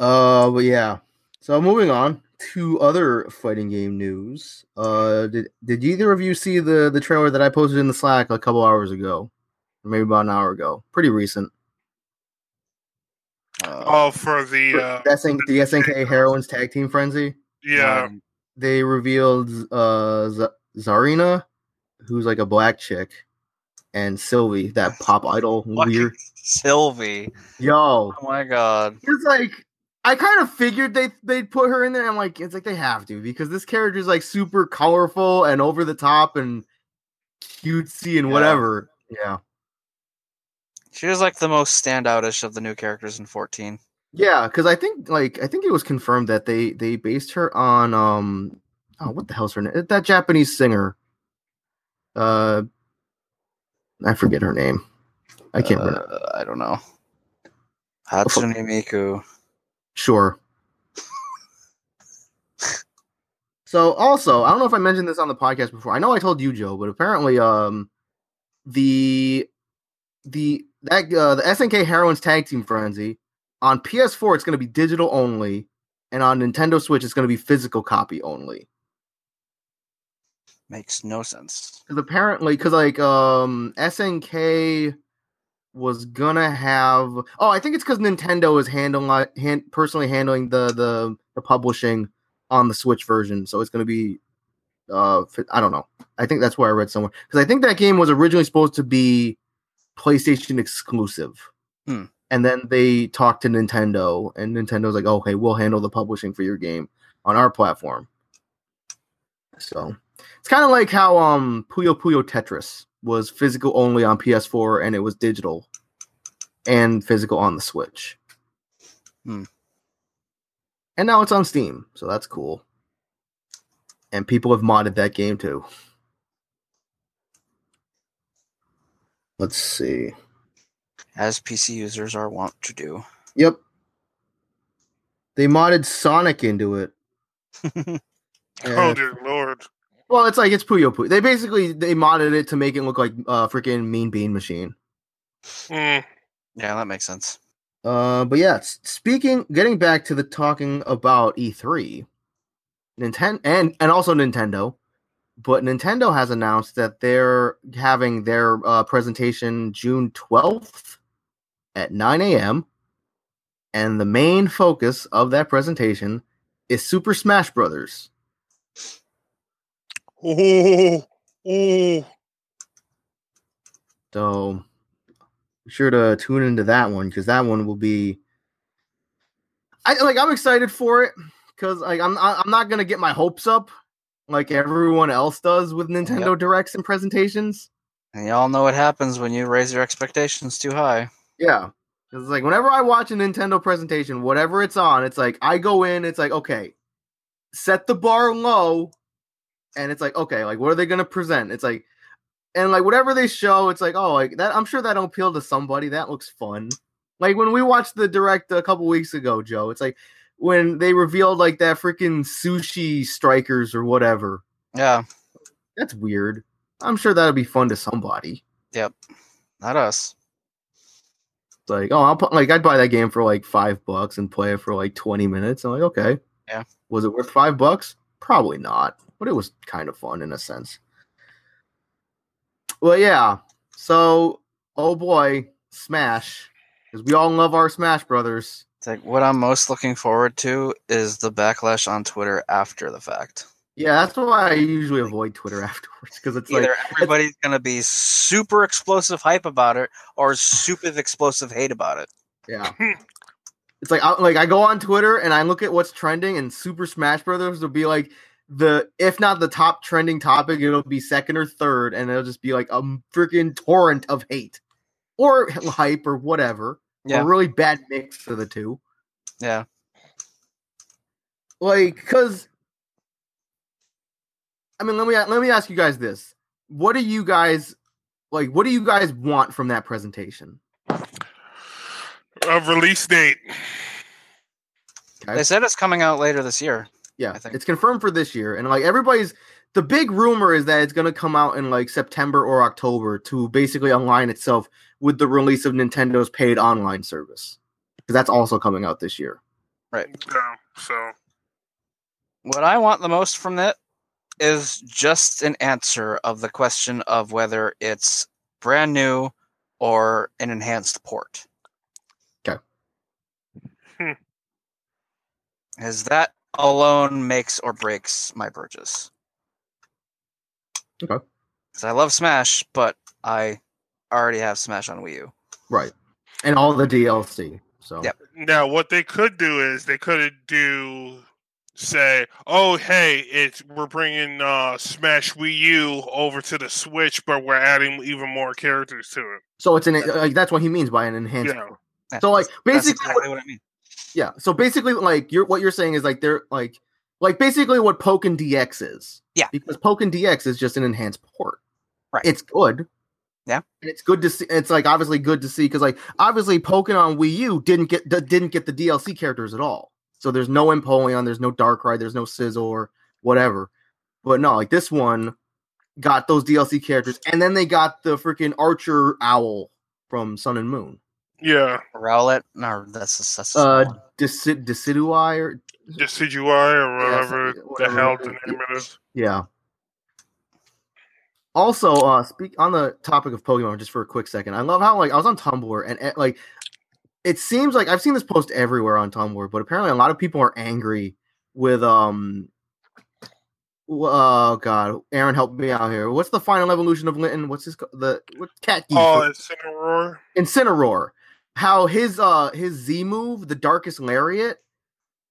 Uh, but yeah. So moving on to other fighting game news. Uh, did did either of you see the the trailer that I posted in the Slack a couple hours ago, or maybe about an hour ago? Pretty recent.
Uh,
oh, for the uh,
The SN- the SNK Heroines Tag Team Frenzy.
yeah,
Um, they revealed uh Z- Zarina, who's like a black chick, and Sylvie, that pop idol
Fucking
weird.
Sylvie.
Yo,
Oh my god.
it's like I kind of figured they they'd put her in there. I'm like, it's like they have to because this character is like super colorful and over the top and cutesy and
Yeah.
whatever. Yeah,
She was like the most standoutish of the new characters in 14.
yeah. Because I think like I think it was confirmed that they they based her on um oh what the hell's her name that Japanese singer. Uh, I forget her name. I can't remember.
Uh, I don't know. Hatsune Miku.
Sure. so also, I don't know if I mentioned this on the podcast before. I know I told you, Joe, but apparently, um, the the that uh, the SNK Heroines Tag Team Frenzy on PS4 it's going to be digital only, and on Nintendo Switch it's going to be physical copy only.
Makes no sense.
Because apparently, because like um, SNK was gonna have. Oh, I think it's because Nintendo is handling hand, personally handling the, the the publishing on the Switch version, so it's gonna be. Uh, fi- I don't know. I think that's where I read somewhere because I think that game was originally supposed to be PlayStation exclusive,
Hmm.
and then they talked to Nintendo, and Nintendo's like, "Oh, hey, we'll handle the publishing for your game on our platform." So. It's kind of like how um Puyo Puyo Tetris was physical only on PS4 and it was digital and physical on the Switch.
Hmm.
And now it's on Steam, so that's cool. And people have modded that game too. Let's see.
As PC users are wont to do.
Yep. They modded Sonic into it.
oh
and-
dear lord,
Well, it's like it's Puyo Puyo. They basically they modded it to make it look like uh freaking Mean Bean Machine.
Mm,
yeah, that makes sense.
Uh, but yeah, s- speaking, getting back to the talking about E3, Nintendo and and also Nintendo, but Nintendo has announced that they're having their uh, presentation June twelfth at nine a.m. And the main focus of that presentation is Super Smash Brothers.
oh, oh,
So be sure to tune into that one because that one will be. I like. I'm excited for it because like I'm. I- I'm not gonna get my hopes up like everyone else does with Nintendo directs and presentations.
And y'all know what happens when you raise your expectations too high.
Yeah. Because like whenever I watch a Nintendo presentation, whatever it's on, it's like I go in, it's like, okay, set the bar low. And it's like, okay, like what are they gonna present? It's like and like whatever they show, it's like, oh, like that I'm sure that'll appeal to somebody. That looks fun. Like when we watched the direct a couple weeks ago, Joe, it's like when they revealed like that freaking sushi strikers or whatever.
Yeah,
That's weird. I'm sure that'll be fun to somebody.
not us.
It's like, oh, I'll put, like I'd buy that game for like five bucks and play it for like twenty minutes. I'm like, okay,
Yeah.
Was it worth five bucks? Probably not, but it was kind of fun in a sense. Well, yeah. So, oh boy, Smash, because we all love our Smash Brothers.
It's like what I'm most looking forward to is the backlash on Twitter after the fact.
Yeah, that's why I usually avoid Twitter afterwards because it's
Either
like
everybody's going to be super explosive hype about it or super explosive hate about it.
yeah. It's like I, like I go on Twitter and I look at what's trending, and Super Smash Brothers will be like the if not the top trending topic, it'll be second or third, and it'll just be like a freaking torrent of hate or hype or whatever.
Yeah.
A really bad mix of the two.
Yeah.
like because i mean let me let me ask you guys this what do you guys like what do you guys want from that presentation
A release date.
I-
They said it's coming out later this year.
yeah
I think-
it's confirmed for this year and like everybody's the big rumor is that it's going to come out in like september or october to basically align itself with the release of nintendo's paid online service because that's also coming out this year
Um, so
What I want the most from that is just an answer of the question of whether it's brand new or an enhanced port.
'Kay.
Hmm.
Is that alone makes or breaks my purchase?
Okay.
Because I love Smash, but I already have Smash on Wii U.
right and all the dlc so
Yep.
now what they could do is they could do say, "Oh, hey, it's we're bringing uh, Smash Wii U over to the Switch, but we're adding even more characters to it."
so it's an like that's what he means by an enhanced
Yeah.
Yeah,
So, like,
that's- that's
basically
exactly what I mean.
Yeah. So basically, like you're what you're saying is like they're like like basically what Pokken DX is.
Yeah.
Because Pokken DX is just an enhanced port.
Right.
It's good.
Yeah.
And it's good to see. It's like obviously good to see because like obviously Pokken on Wii U didn't get d- didn't get the DLC characters at all. So there's no Empoleon, there's no Darkrai, there's no Scizor, or whatever. But no, like this one got those DLC characters, and then they got the freaking Archer Owl from Sun and Moon.
Yeah,
Rowlet, no, that's a, that's a
Uh,
small one.
Decid- Decidueye or
the CGI or
Yeah,
whatever
something-
the
whatever
hell
it
the
is.
name it is.
Yeah. Also, uh, speak on the topic of Pokemon just for a quick second. I love how like I was on Tumblr and eh, like it seems like I've seen this post everywhere on Tumblr, but apparently a lot of people are angry with um. w- Oh God, Aaron, help me out here. What's the final evolution of Linton? What's his co- the what cat? geese?
Oh, Incineroar.
Incineroar, how his uh his Z move, the Darkest Lariat,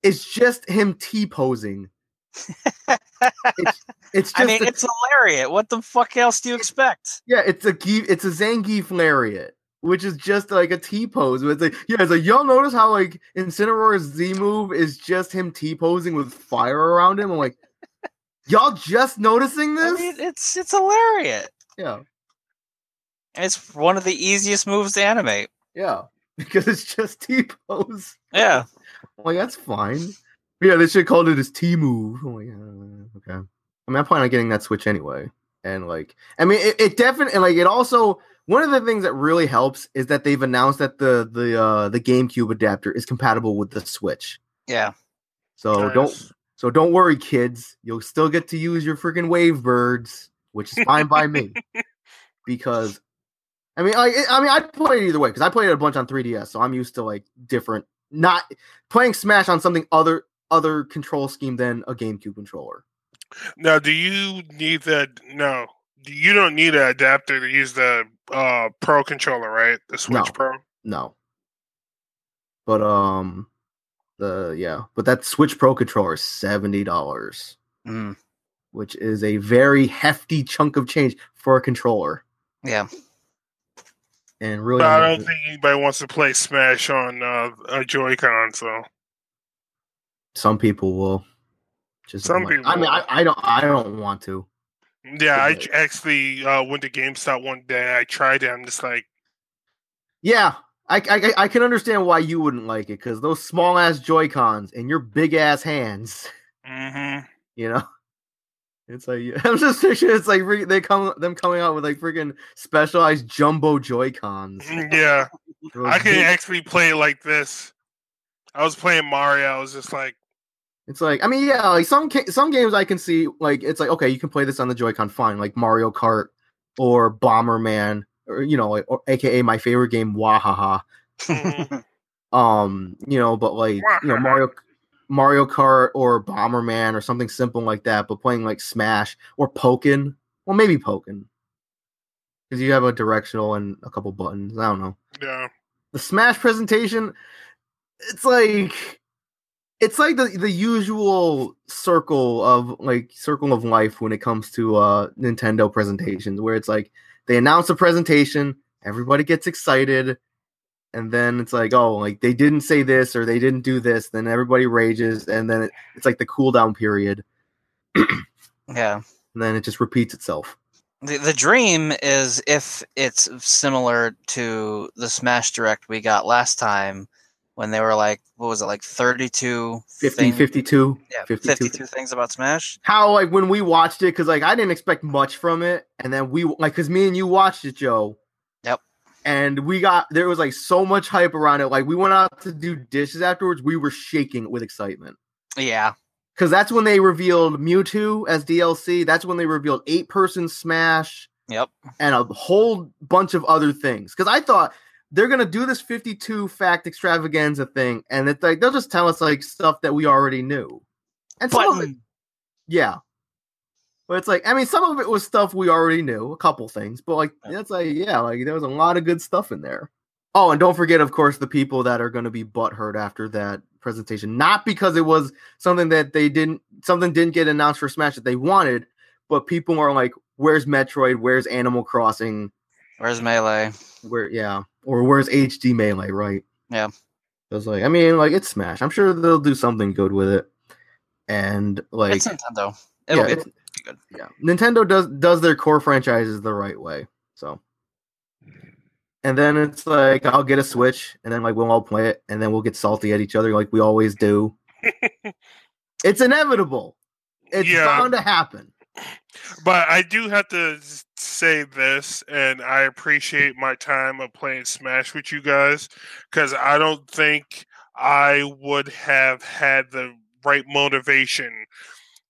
is just him T posing. it's, it's just
I mean,
a-
it's hilarious. What the fuck else do you expect?
yeah, it's a Gi- it's a Zangief Lariat, which is just like a T pose. It's like yeah, it's like y'all notice how like Incineroar's Z move is just him T posing with fire around him. I'm like, y'all just noticing
I
this?
mean, it's it's hilarious.
yeah,
It's one of the easiest moves to animate.
yeah, because it's just T pose.
Yeah,
I'm like, that's fine. But yeah, they should have called it his T move. I'm like, uh, okay. I mean, I plan on getting that Switch anyway. And like, I mean, it, it definitely like it also one of the things that really helps is that they've announced that the the uh, the GameCube adapter is compatible with the Switch.
yeah.
So Oh, don't so don't worry, kids. You'll still get to use your freaking wave birds, which is fine by me. Because I mean, I I mean, I play it either way because I played it a bunch on 3DS, so I'm used to like different not playing Smash on something other other control scheme than a GameCube controller.
Now, do you need that? No, you don't need an adapter to use the uh, Pro controller, right? The Switch
No.
Pro.
No. But um, the yeah, but that Switch Pro controller is seventy dollars,
Mm.
which is a very hefty chunk of change for a controller.
Yeah.
And really,
But I
amazing.
don't think anybody wants to play Smash on uh, a Joy-Con. So
some people will just
Some
I'm like-
people
i mean I,
will.
I don't i don't want to
yeah, I
Right.
j- actually uh, went to GameStop one day. I tried it. I'm just like,
yeah i i, I can understand why you wouldn't like it because those small ass joy cons and your big ass hands
hmm
you know it's like i'm just picturing it's like re- they come them coming out with like freaking specialized jumbo joy cons
mm-hmm, yeah, Mm, I can actually play it like this. I was playing Mario. I was just like,
It's like I mean, yeah, like some ca- some games I can see like it's like okay, you can play this on the Joy-Con, fine, like Mario Kart or Bomberman or you know, like, or, aka my favorite game, Wahaha.
mm-hmm,
Um, you know, but like you know, Mario Mario Kart or Bomberman or something simple like that, but playing like Smash or Pokin. Well, maybe Pokin. Because you have a directional and a couple buttons. I don't know.
yeah.
The Smash presentation, it's like it's like the, the usual circle of like circle of life when it comes to uh Nintendo presentations, where it's like they announce a presentation, everybody gets excited, and then it's like, oh, like they didn't say this or they didn't do this, then everybody rages, and then it, it's like the cool down period,
yeah.
and then it just repeats itself.
The, the dream is if it's similar to the Smash Direct we got last time when they were like, what was it, like 32
50,
thing-
52,
yeah,
52.
52 things about Smash?
how like when we watched it because like I didn't expect much from it, and then we like because me and you watched it, Joe.
Yep.
And we got there was like so much hype around it. Like we went out to do dishes afterwards. We were shaking with excitement
Yeah.
because that's when they revealed Mewtwo as DLC. That's when they revealed eight person Smash
Yep.
and a whole bunch of other things. Because I thought they're gonna do this fifty two fact extravaganza thing, and it's like they'll just tell us like stuff that we already knew. And some of it-
But
yeah. But it's like, I mean, some of it was stuff we already knew, a couple things, but like,
Yeah.
that's like, yeah, like there was a lot of good stuff in there. Oh, and don't forget, of course, the people that are going to be butthurt after that presentation, not because it was something that they didn't, something didn't get announced for Smash that they wanted, but people are like, where's Metroid? Where's Animal Crossing?
where's Melee?
Where, yeah, or where's HD Melee, right?
Yeah.
I was like, I mean, like it's Smash. I'm sure they'll do something good with it. And like,
it's Nintendo.
yeah,
It'll be
it's-
good.
Yeah, Nintendo does does their core franchises the right way. So, and then it's like I'll get a Switch, and then like we'll all play it, and then we'll get salty at each other like we always do. it's inevitable. It's
Yeah.
bound to happen.
But I do have to s- say this, and I appreciate my time of playing Smash with you guys because I don't think I would have had the right motivation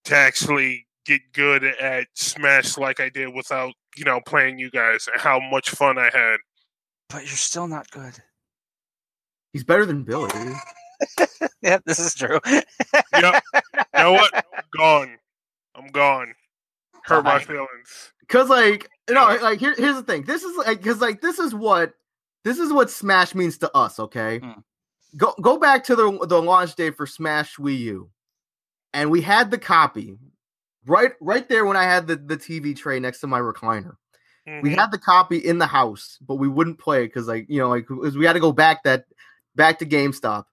to actually get good at Smash like I did without, you know, playing you guys and how much fun I had.
But you're still not good.
He's better than Billy.
Yeah, this is true.
Yep. you know what? I'm gone. I'm gone. Hurt my
Alright.
feelings.
Cause like no, like here, here's the thing. This is like because like this is what this is what Smash means to us. Okay,
Hmm.
go go back to the the launch day for Smash Wii U, and we had the copy right right there when I had the the TV tray next to my recliner. We
Mhm.
had the copy in the house, but we wouldn't play it because like you know like 'cause we had to go back that back to GameStop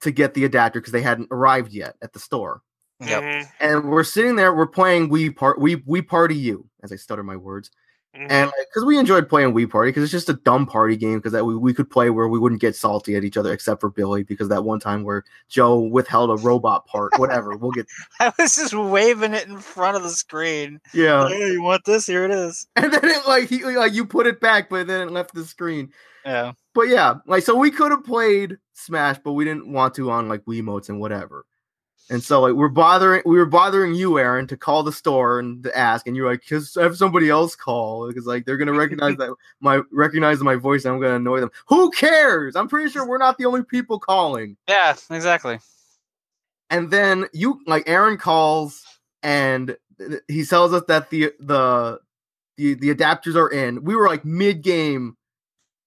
to get the adapter because they hadn't arrived yet at the store
Yep.
Mhm.
and we're sitting there, we're playing Wii Part We We Party You, as I stutter my words,
Mhm.
and because we enjoyed playing Wii Party because it's just a dumb party game because that we, we could play where we wouldn't get salty at each other except for Billy because that one time where Joe withheld a robot part, whatever. we'll get
I was just waving it in front of the screen.
yeah,
Hey, you want this? Here it is.
and then it like he like you put it back, but then it left the screen.
Yeah.
But yeah, like so we could have played Smash, but we didn't want to on like Wiimotes and whatever. And so like we're bothering we were bothering you, Aaron, to call the store and to ask, and you're like, just have somebody else call because like they're gonna recognize that my recognize my voice and I'm gonna annoy them. Who cares? I'm pretty sure we're not the only people calling.
Yeah, exactly.
And then you like Aaron calls and th- he tells us that the the the, the adapters are in. We were like mid game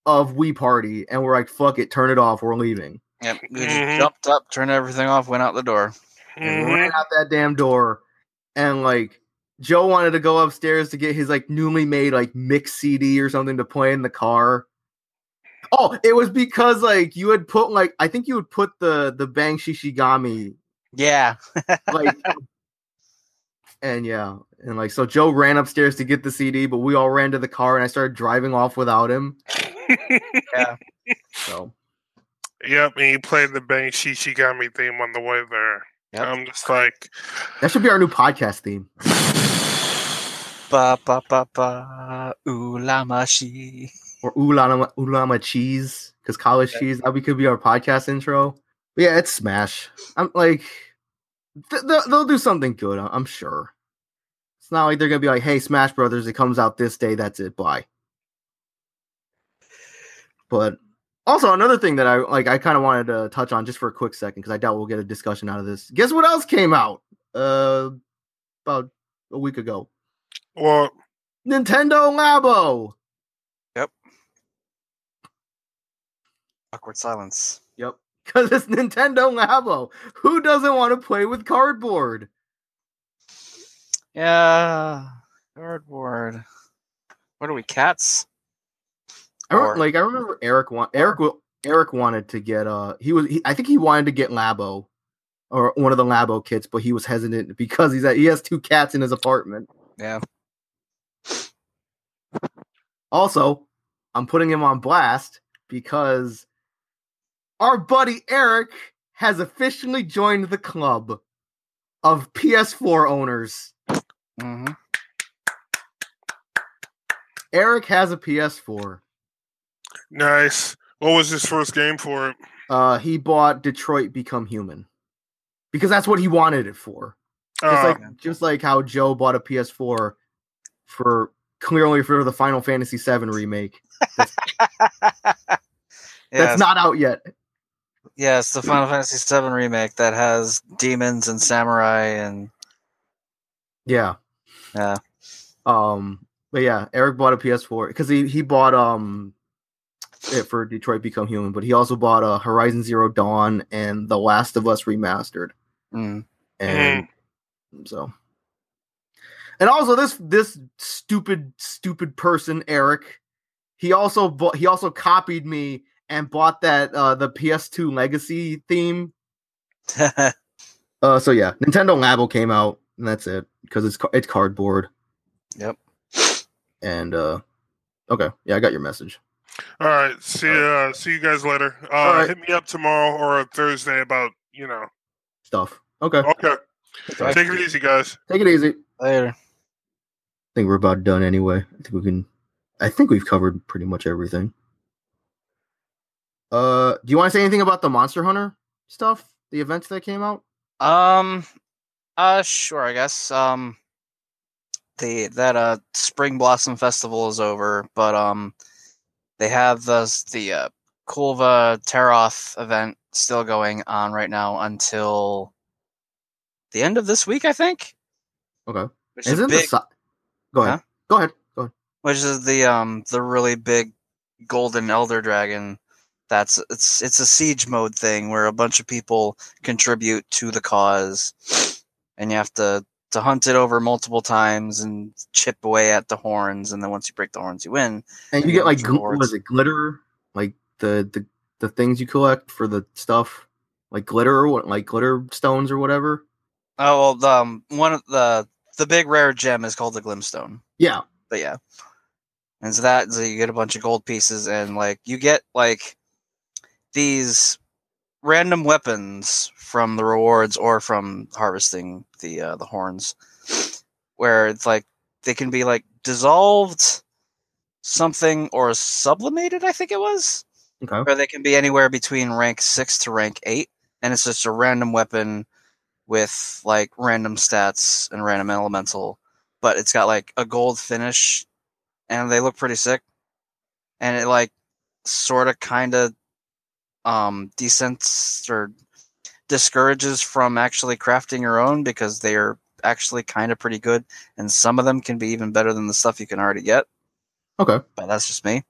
of Wii Party, and we're like, fuck it, turn it off, we're leaving.
Yep. We
Mhm.
just jumped up, turned everything off, went out the door.
and
Mhm.
ran out that damn door. And like Joe wanted to go upstairs to get his like newly made like mix CD or something to play in the car. Oh, it was because like you had put like I think you had put the the Bang Shishigami
Yeah.
like and yeah and like so Joe ran upstairs to get the CD, but we all ran to the car and I started driving off without him. So
Yep, and he played the Bang Shishigami theme on the way there.
Yep.
I'm just like,
that should be our new podcast theme.
Ba ba ba ba. Ooh la ma shi.
or Ulama Ulama cheese because college
Yeah.
cheese that we could be our podcast intro. But yeah, it's smash. I'm like, th- they'll- they'll do something good. I- I'm sure. It's not like they're gonna be like, "Hey, Smash Brothers, it comes out this day. That's it. Bye." But also another thing that I like, I kind of wanted to touch on just for a quick second because I doubt we'll get a discussion out of this. Guess what else came out uh, about a week ago?
Well,
Nintendo Labo.
Awkward silence.
Yep. Because it's Nintendo Labo. Who doesn't want to play with cardboard?
Yeah. Cardboard. What are we, cats?
I re-
Or-
like I remember Eric wa- Eric wa- Eric wanted to get uh he was he, I think he wanted to get Labo or one of the Labo kits, but he was hesitant because he's at, he has two cats in his apartment.
Yeah.
Also, I'm putting him on blast because our buddy Eric has officially joined the club of PS4 owners.
Mm-hmm.
Eric has a PS4.
nice. What was his first game for it?
Uh, he bought Detroit Become Human because that's what he wanted it for. Just
Uh,
like just like how Joe bought a PS4 for clearly for the Final Fantasy VII remake
Yes.
that's not out yet.
yes, the Final Fantasy VII remake that has demons and samurai and
Yeah.
Yeah.
Um. But yeah, Eric bought a PS4 because he he bought um it for Detroit Become Human, but he also bought uh, Horizon Zero Dawn and The Last of Us remastered.
mm,
and so and also this this stupid stupid person eric he also bought he also copied me and bought that uh the ps2 legacy theme uh so yeah nintendo labo came out and that's it because it's ca- it's cardboard
Yep.
and uh okay yeah i got your message
all right. See, uh, see you guys later. Uh,
All right.
Hit me up tomorrow or Thursday about you know.
stuff okay
Okay,
Right.
take it easy, guys.
take it easy i
later.
think we're about done anyway i think we can i think we've covered pretty much everything uh do you want to say anything about the monster hunter stuff the events that came out
Um, uh, sure, I guess. Um, the that uh Spring Blossom Festival is over, but um, they have the the uh, Kulva Teroth event still going on right now until the end of this week, I think.
Okay.
Which is a
Isn't
big,
the si- Go ahead.
Huh?
Go ahead. Go ahead.
which is the um the really big golden elder dragon. That's it's it's a siege mode thing where a bunch of people contribute to the cause, and you have to to hunt it over multiple times and chip away at the horns, and then once you break the horns, you win.
And you
Yeah,
get like
Richard
gl-
Lawrence.
was it glitter? Like the the the things you collect for the stuff, like glitter or what, like glitter stones or whatever.
Oh well, the, um, one of the the big rare gem is called the Glimstone.
Yeah.
but yeah. And so that so you get a bunch of gold pieces and like you get like these random weapons from the rewards or from harvesting the uh, the horns where it's like they can be like dissolved something or sublimated I think it was
Okay.
or they can be anywhere between rank 6 to rank 8 and it's just a random weapon with like random stats and random elemental but it's got like a gold finish and they look pretty sick and it like sort of kind of um decents or discourages from actually crafting your own because they are actually kind of pretty good and some of them can be even better than the stuff you can already get
Okay.
but that's just me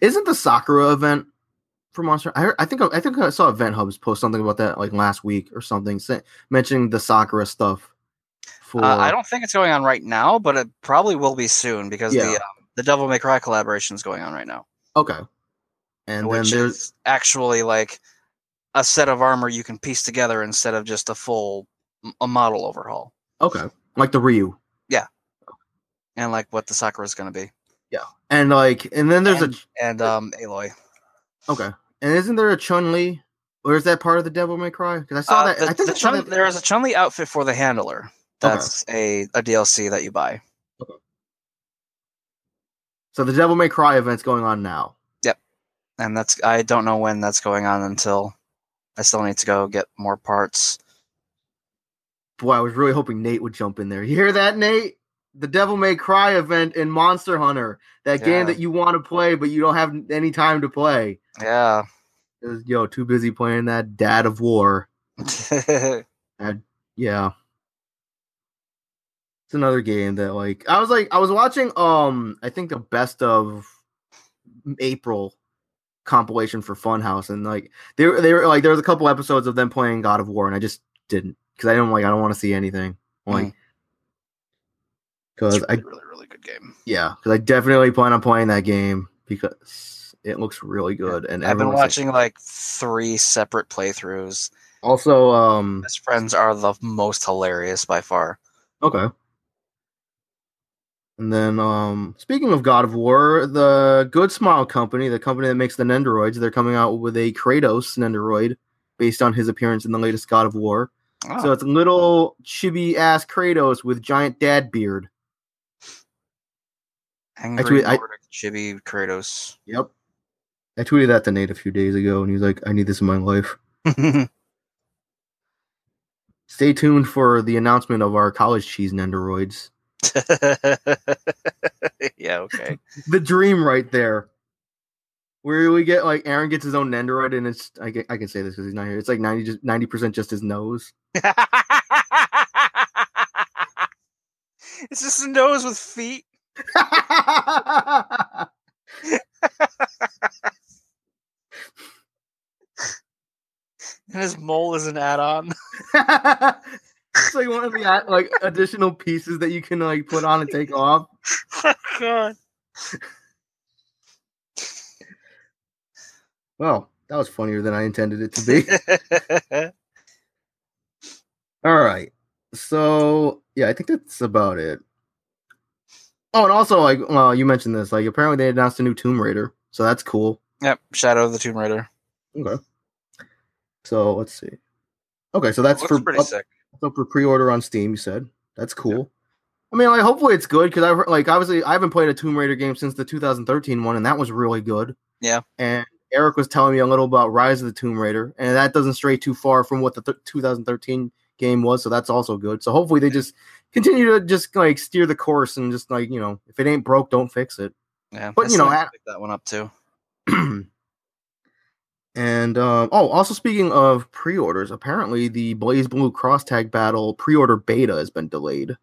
Isn't the Sakura event for Monster? I heard, I think I think I saw Event Hubs post something about that like last week or something, say, mentioning the Sakura stuff. For
Uh, I don't think it's going on right now, but it probably will be soon because
Yeah.
the um, the Devil May Cry collaboration is going on right now,
okay. And then
which
there's
is actually like a set of armor you can piece together instead of just a full m- a model overhaul,
okay, like the Ryu.
and like what the Sakura is going to be,
And like, and then there's a
and um Aloy.
Okay. And isn't there a Chun Li? Or is that part of the Devil May Cry? Because I saw
Uh,
that.
the-
I think
the
I saw
Chun-
that-
there is a Chun Li outfit for the Handler. That's a, a DLC that you buy.
So the Devil May Cry event's going on now.
and that's I don't know when that's going on until I still need to go get more parts.
Boy, I was really hoping Nate would jump in there. You hear that, Nate? the Devil May Cry event in Monster Hunter, that
Yeah.
game that you want to play but you don't have any time to play.
Yeah.
'Cause, Yo, too busy playing that Dad of War. Yeah. It's another game that like I was like I was watching um I think the best of April compilation for Funhouse and like they were they were like there was a couple episodes of them playing God of War and I just didn't because I don't like I don't want to see anything like
Mm. It's
because I
a really, really, really good game.
yeah because I definitely plan on playing that game because it looks really good and
I've been
everyone's, like-
watching like three separate playthroughs.
also um
Best friends are the most hilarious by far.
Okay. And then, um, speaking of God of War, the Good Smile Company, the company that makes the Nendoroids, they're coming out with a Kratos Nendoroid based on his appearance in the latest God of War.
Oh,
So it's a little chibi ass Kratos with giant dad beard.
Angry
actually, I-
Nordic Chibi Kratos.
Yep. I tweeted that to Nate a few days ago, and he's like, I need this in my life. Stay tuned for the announcement of our college cheese Nendoroids.
yeah, okay.
the dream right there. Where we get like Aaron gets his own Nendoroid, and it's I, ca- I can say this because he's not here. It's like ninety just ninety percent just his nose.
it's just a nose with feet. And his mole is an add-on.
it's like one of the uh, like additional pieces that you can like put on and take off.
God.
Well, that was funnier than I intended it to be. All right. So yeah, I think that's about it. Oh, and also like well, you mentioned this like apparently they announced a new Tomb Raider, so that's cool.
yep, Shadow of the Tomb Raider.
Okay. So let's see. Okay, so that's
Looks
for
pretty
up,
sick.
so for pre-order on Steam. You said that's cool. I mean, like hopefully it's good because I like obviously I haven't played a Tomb Raider game since the 2013 one, and that was really good.
Yeah.
And Eric was telling me a little about Rise of the Tomb Raider, and that doesn't stray too far from what the th- 2013 game was, so that's also good. So hopefully they just continue to just like steer the course and just like you know if it ain't broke, don't fix it.
Yeah,
but,
I
you
still
know,
need to
I-
pick that one up too.
and um, oh, also speaking of pre-orders, apparently the Blaze Blue Cross Tag Battle pre-order beta has been delayed.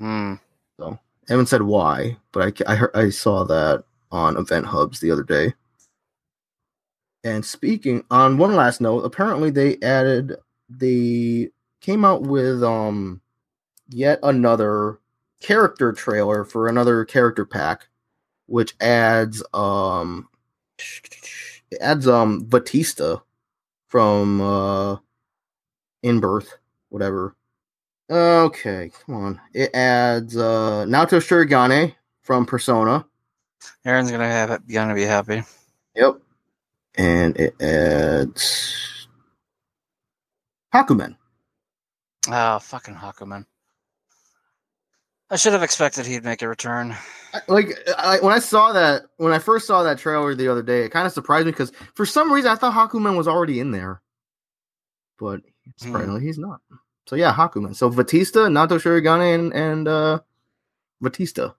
Hmm.
I haven't said why, but I ca- I, heard, I saw that on Event Hubs the other day. And speaking on one last note, apparently they added they came out with um yet another character trailer for another character pack, which adds um it adds um Batista from uh In Birth, whatever. Okay, come on. It adds uh Naoto Shirigane from Persona.
Aaron's gonna have gonna be happy.
Yep. And it adds Hakumen.
Ah, fucking Hakuman. I should have expected he'd make a return.
I- Like I, when I saw that, when I first saw that trailer the other day, it kind of surprised me because for some reason I thought Hakumen was already in there, but apparently he's not. So yeah, Hakumen. So Batista, Naoto Shirigane, and, and uh, Batista.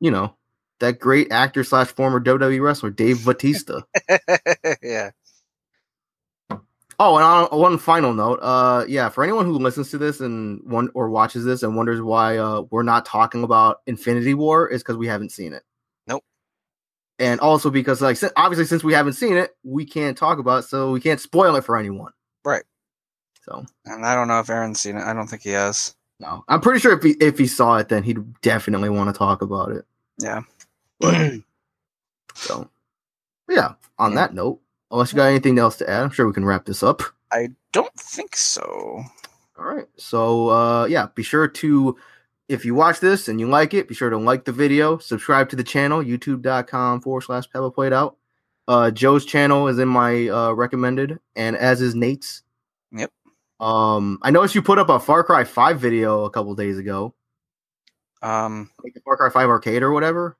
You know that great actor slash former WWE wrestler Dave Batista.
yeah.
Oh, and on one final note, uh, yeah, for anyone who listens to this and one or watches this and wonders why uh, we're not talking about Infinity War is because we haven't seen it.
Nope.
And also because, like, si- obviously, since we haven't seen it, we can't talk about, it, so we can't spoil it for anyone.
Right.
So
And I don't know if Aaron's seen it. I don't think he has.
no, I'm pretty sure if he if he saw it, then he'd definitely want to talk about it.
Yeah.
So yeah. On
Yeah.
that note, unless you got anything else to add, I'm sure we can wrap this up.
I don't think so.
All right. So uh yeah, be sure to if you watch this and you like it, be sure to like the video, subscribe to the channel, youtube.com forward slash pebble played out. Uh Joe's channel is in my uh recommended, and as is Nate's.
Yep.
Um I noticed you put up a Far Cry 5 video a couple days ago.
Um
Like the Far Cry 5 arcade or whatever.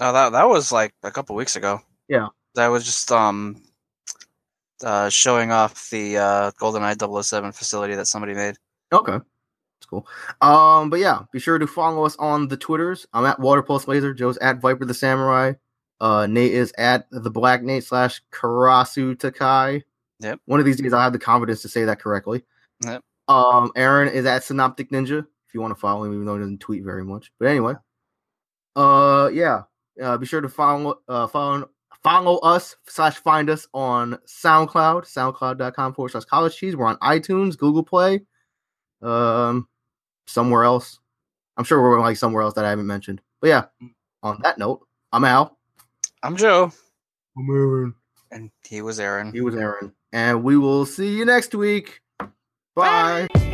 no, that that was like a couple weeks ago.
Yeah.
That was just um uh showing off the uh GoldenEye 007 facility oh that somebody made.
Okay. It's cool. Um, but yeah, be sure to follow us on the Twitters. I'm at Water Pulse Laser. Joe's at Viper the Samurai. Uh, Nate is at the Black Nate slash Karasu Takai.
Yep.
One of these days, I'll have the confidence to say that correctly.
Yep.
Um, Aaron is at Synoptic Ninja. If you want to follow him, even though he doesn't tweet very much. But anyway, uh, yeah. Uh, be sure to follow uh follow follow us slash find us on SoundCloud, soundcloud.com forward slash college cheese. We're on iTunes, Google Play, um, somewhere else. I'm sure we're like somewhere else that I haven't mentioned. But yeah, on that note, I'm Al.
I'm Joe,
I'm Aaron.
and he was Aaron.
He was Aaron. And we will see you next week. Bye.